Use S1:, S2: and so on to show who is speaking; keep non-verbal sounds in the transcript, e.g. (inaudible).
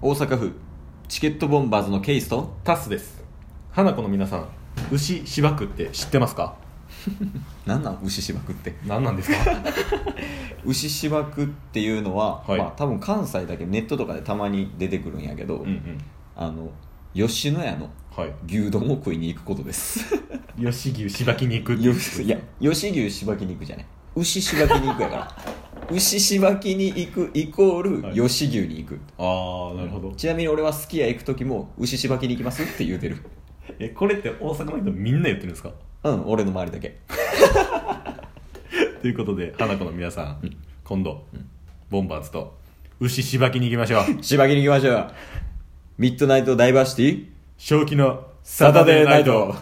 S1: 大阪府チケットボンバーズのケイスと
S2: タスです花子の皆さん牛芝区って知ってますか
S1: 何なん牛芝区って
S2: 何なんですか
S1: 牛芝区っていうのは、
S2: はい
S1: まあ、多分関西だけネットとかでたまに出てくるんやけど、
S2: (laughs) うんうん
S1: あの吉野家の
S2: はい
S1: 牛丼を食いに行くことです
S2: (laughs) 吉牛芝木に行くって
S1: よ
S2: こと
S1: しいや吉牛芝きに行くじゃない牛芝きに行くやから
S2: (laughs)
S1: 牛芝きに行くイコー
S2: は
S1: ル
S2: い
S1: 吉牛に行く、
S2: ああなるほど
S1: ちなみに俺はすき家行く時も牛芝きに行きますって言うてる
S2: えこれって大阪の人みんな言ってるんですか
S1: うん俺の周りだけ
S2: ということで花子の皆さん、今度、ボンバーズと牛芝木に行きましょう (laughs)
S1: 芝木に行きましょうミッドナイトダイバーシティ
S2: 正気の
S1: サタデーナイト